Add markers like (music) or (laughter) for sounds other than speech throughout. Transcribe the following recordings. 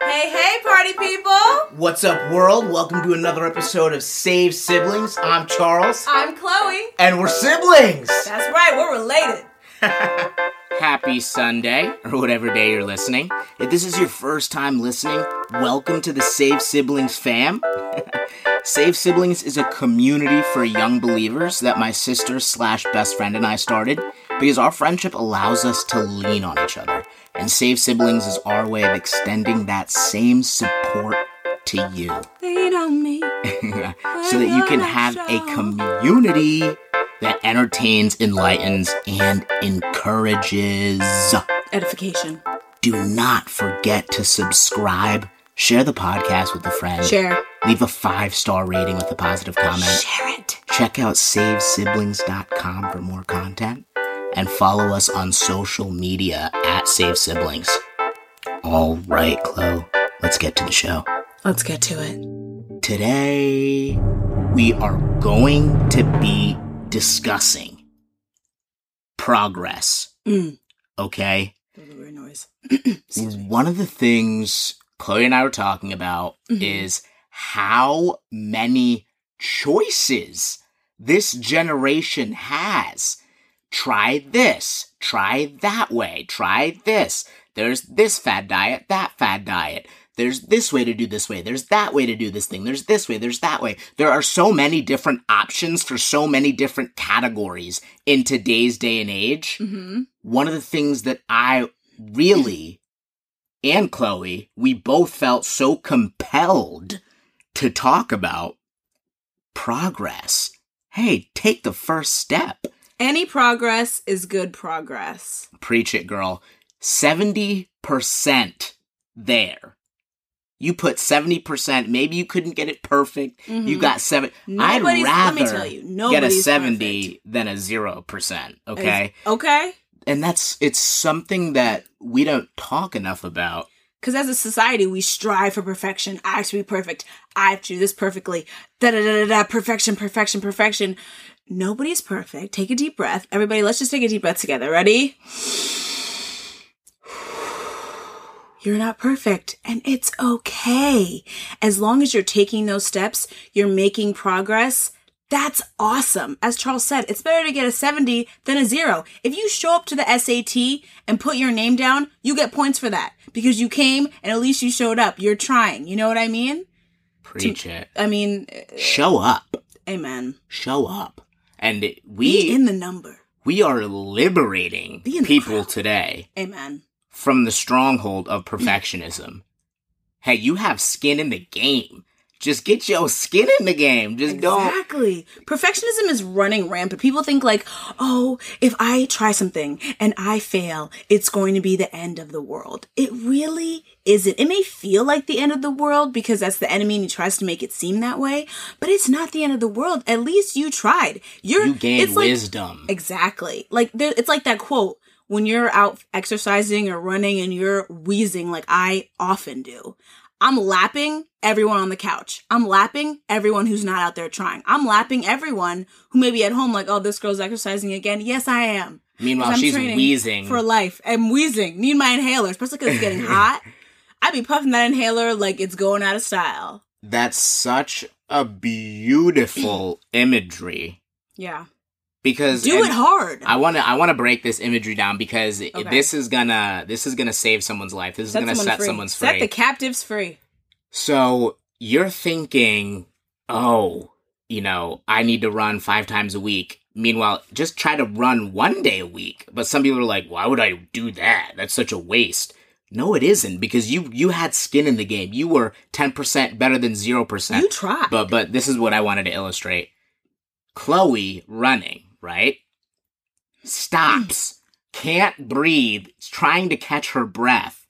Hey, hey, party people! What's up, world? Welcome to another episode of Save Siblings. I'm Charles, I'm Chloe. and we're siblings. That's right, we're related. Happy Sunday, or whatever day you're listening. If this is your first time listening, welcome to the Save Siblings fam. (laughs) Save Siblings is a community for young believers that my sister slash best friend and I started because our friendship allows us to lean on each other. And Save Siblings is our way of extending that same support to you Lean on me. (laughs) so that you can have a community that entertains, enlightens, and encourages. Edification. Do not forget to subscribe, share the podcast with a friend, Share. leave a five star rating with a positive comment, Share it. check out savesiblings.com for more content, and follow us on social media at Save Siblings. All right, Chloe, let's get to the show. Let's get to it. Today, we are going to be discussing progress. Mm. Okay. That was a weird noise. (clears throat) One of the things Chloe and I were talking about Mhm. is how many choices this generation has. Try this, try that way, try this. There's this fad diet, that fad diet. There's this way to do this way. There's that way to do this thing. There's this way. There's that way. There are so many different options for so many different categories in today's day and age Mm-hmm. one of the things that I really and Chloe, we both felt so compelled to talk about progress. Hey, take the first step. Any progress is good progress. Preach it, girl. 70% there. You put 70%, maybe you couldn't get it perfect. You Mhm. got 7 Nobody's- I'd let rather me tell you, get a nobody's 70 than a 0%, okay? Is- okay. and that's it's something that we don't talk enough about Because as a society, we strive for perfection. I have to be perfect. I have to do this perfectly. Da da da da da. Perfection, perfection, perfection. Nobody's perfect. Take a deep breath. Everybody, let's just take a deep breath together. Ready? You're not perfect, and it's okay. As long as you're taking those steps, you're making progress. That's awesome. As Charles said, it's better to get a 70 than a zero. If you show up to the SAT and put your name down, you get points for that because you came and at least you showed up. You're trying. You know what I mean? preach it I mean, eh, show up amen. show up and it- Be we in the number. we are liberating Be in the people crowd. today Amen. from the stronghold of perfectionism hey you have skin in the game just get your skin in the game just don't Exactly. Perfectionism is running rampant. People think like, oh, if I try something and I fail, it's going to be the end of the world. It really isn't. It may feel like the end of the world because that's the enemy and he tries to make it seem that way, but it's not the end of the world. At least you tried. You're you gain it's like- wisdom Exactly. Like there, it's like that quote when you're out exercising or running and you're wheezing like I often do. I'm lapping everyone on the couch. I'm lapping everyone who's not out there trying. I'm lapping everyone who may be at home like, "Oh, this girl's exercising again." Yes, I am. 'Cause meanwhile I'm she's training wheezing for life. I'm wheezing. Need my inhaler, especially because it's (laughs) getting hot. I be puffing that inhaler like it's going out of style. that's such a (clears throat) beautiful imagery Yeah. because Do and- it hard. I want to I want to break this imagery down because it- Okay. this is gonna this is gonna save someone's life. This is gonna set someone's free. Set the captives free. so you're thinking, oh, you know, I need to run five times a week. Meanwhile, just try to run one day a week. But some people are like, why would I do that? That's such a waste. No, it isn't because you you had skin in the game. You were ten percent better than zero percent You try. but but this is what I wanted to illustrate. Chloe running, right? Stops, can't breathe, trying to catch her breath.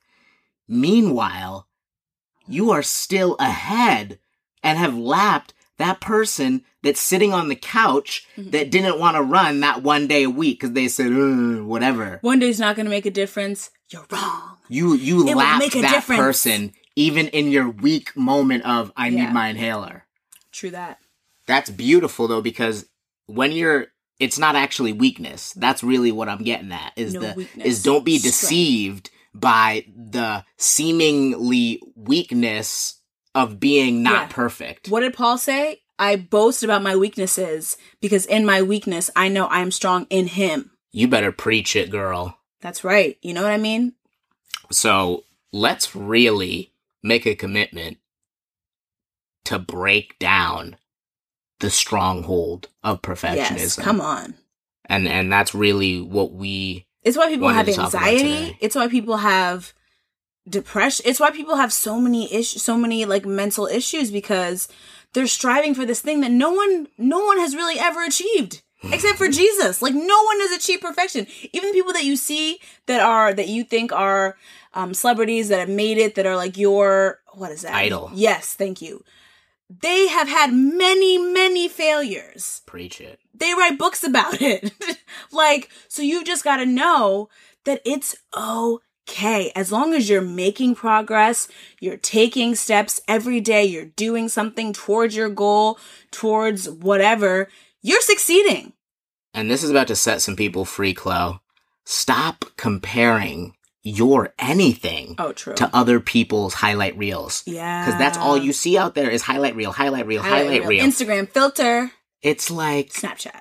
Meanwhile, you are still ahead and have lapped that person that's sitting on the couch Mm-hmm. that didn't want to run that one day a week because they said "Ugh," whatever. one day's not going to make a difference. You're wrong. You you It would lapped make a that difference. person even in your weak moment of I Yeah. need my inhaler. True that. that's beautiful though because when you're it's not actually weakness that's really what i'm getting at is No the weakness. is don't be Strength. deceived by the seemingly weakness of being not Yeah. perfect. What did Paul say? I boast about my weaknesses because in my weakness, I know I am strong in him. You better preach it, girl. That's right. You know what I mean? So let's really make a commitment to break down the stronghold of perfectionism. Yes. Come on. And and that's really what we It's why people Wanted have to talk about anxiety. today. It's why people have depression. It's why people have so many issues, so many like mental issues because they're striving for this thing that no one, no one has really ever (sighs) achieved except for Jesus. Like no one has achieved perfection. Even people that you see that are that you think are um, celebrities that have made it, that are like your what is that Idol. Yes, thank you. They have had many, many failures preach it. they write books about it. (laughs) like, so you just got to know that it's okay. As long as you're making progress, you're taking steps every day, you're doing something towards your goal, towards whatever, you're succeeding. And this is about to set some people free, Chloe. Stop comparing your anything Oh, Ah. true. to other people's highlight reels. yeah. Because that's all you see out there is highlight reel, highlight reel, highlight, reel. Instagram filter, it's like Snapchat.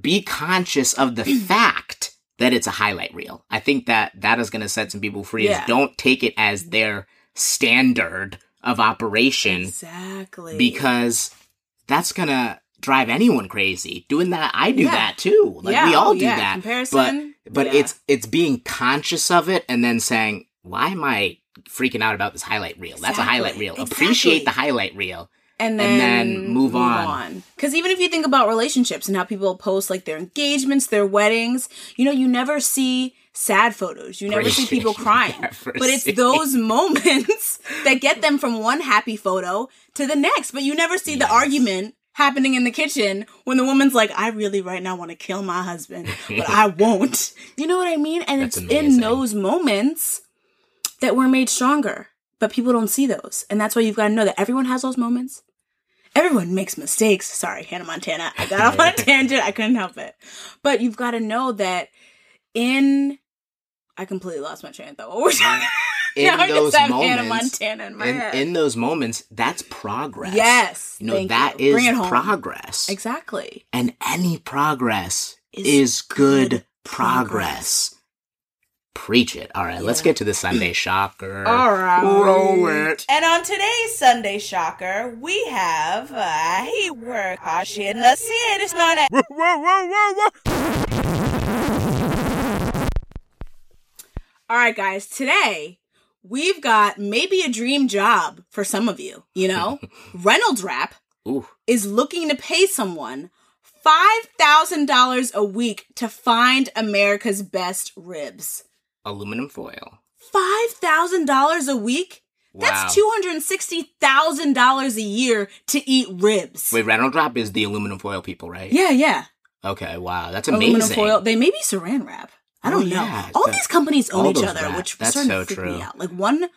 be conscious (clears throat) of the fact that it's a highlight reel. I think that that is going to set some people free. Yeah. Is don't take it as their standard of operation Exactly. because that's going to drive anyone crazy. Doing that, I do Yeah. that too. Like Yeah, we all oh, do yeah, that. Comparison. But but Yeah. it's it's being conscious of it and then saying, "Why am I freaking out about this highlight reel? That's a highlight Exactly, reel. Appreciate the exactly. (laughs) highlight reel." and then, and then move on. Because even if you think about relationships and how people post like their engagements, their weddings, you know, you never see sad photos. You never see people (laughs) crying. Never But it's see- those moments (laughs) that get them from one happy photo to the next. But you never see the argument happening in the kitchen when the woman's like, I really right now want to kill my husband, but (laughs) I won't. You know what I mean? And That's it's in amazing. those moments that we're made stronger. But people don't see those. And that's why you've got to know that everyone has those moments. Everyone makes mistakes. Sorry, Hannah Montana. I got off (laughs) on a tangent. I couldn't help it. But you've got to know that in. I completely lost my train of thought. What we're talking in now (laughs) I those just have Hannah moments. Montana in my In, head. in those moments, that's progress. yes, You know thank that you. is Bring it home. progress. Exactly. and any progress Is is, good, good progress. Preach it. All right, let's Yeah. get to (clears throat) the Sunday shocker. All right. Roll it. And on today's Sunday Shocker, we have uh, he worked in the city. It's not a- All right, guys. Today we've got maybe a dream job for some of you. You know, Reynolds Wrap Ooh, is looking to pay someone $5,000 a week to find America's best ribs. aluminum foil. $5,000 a week? That's $260,000 a year to eat ribs. Wait, Reynolds Drop is the aluminum foil people, right? Yeah, yeah. Okay, wow, that's amazing. Aluminum foil. They may be saran wrap. I don't Oh, know. yeah. All The- these companies own all each those other, wrap. which That's started so to freak true. me out. Like one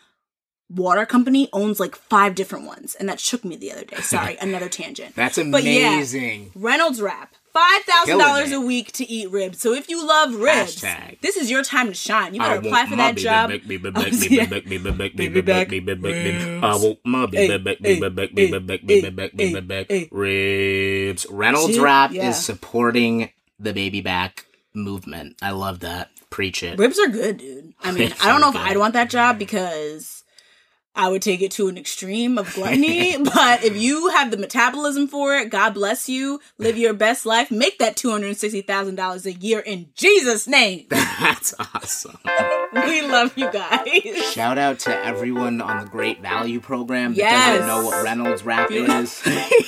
water company owns like five different ones, and that shook me the other day. (laughs) Sorry, another tangent. That's But yeah. amazing. Reynolds Wrap. Five thousand Killing dollars it. a week to eat ribs. So if you love ribs, Hashtag. this is your time to shine. You I better want apply for my that baby job. back, (laughs) baby Oh, back, baby yeah. back, baby back, Baby baby back, back. baby back, baby- Ribs. I want my baby Ay, back, baby ay, back, ay, baby back, baby ay, back, baby ay, back. ay. Ribs. Reynolds Dude, Wrap yeah. is supporting the baby back movement. I love that. Preach it. Ribs are good, dude. I mean, Ribs I don't are know if good. I'd want that job because I would take it to an extreme (laughs) of gluttony. but if you have the metabolism for it, God bless you. Live your best life. Make that two hundred sixty thousand dollars a year in Jesus' name. (laughs) That's awesome. we love you guys. (laughs) Shout out to everyone on the Great Value program that Yes. doesn't know what Reynolds Wrap is.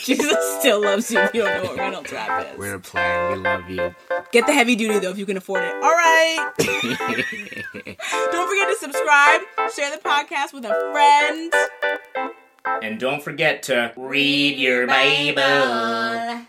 Jesus still loves you if you don't know what Reynolds Wrap is. We're playing. We love you. Get the heavy duty though if you can afford it. All (laughs) right. Don't forget to subscribe, share the podcast with a friend. And don't forget to read your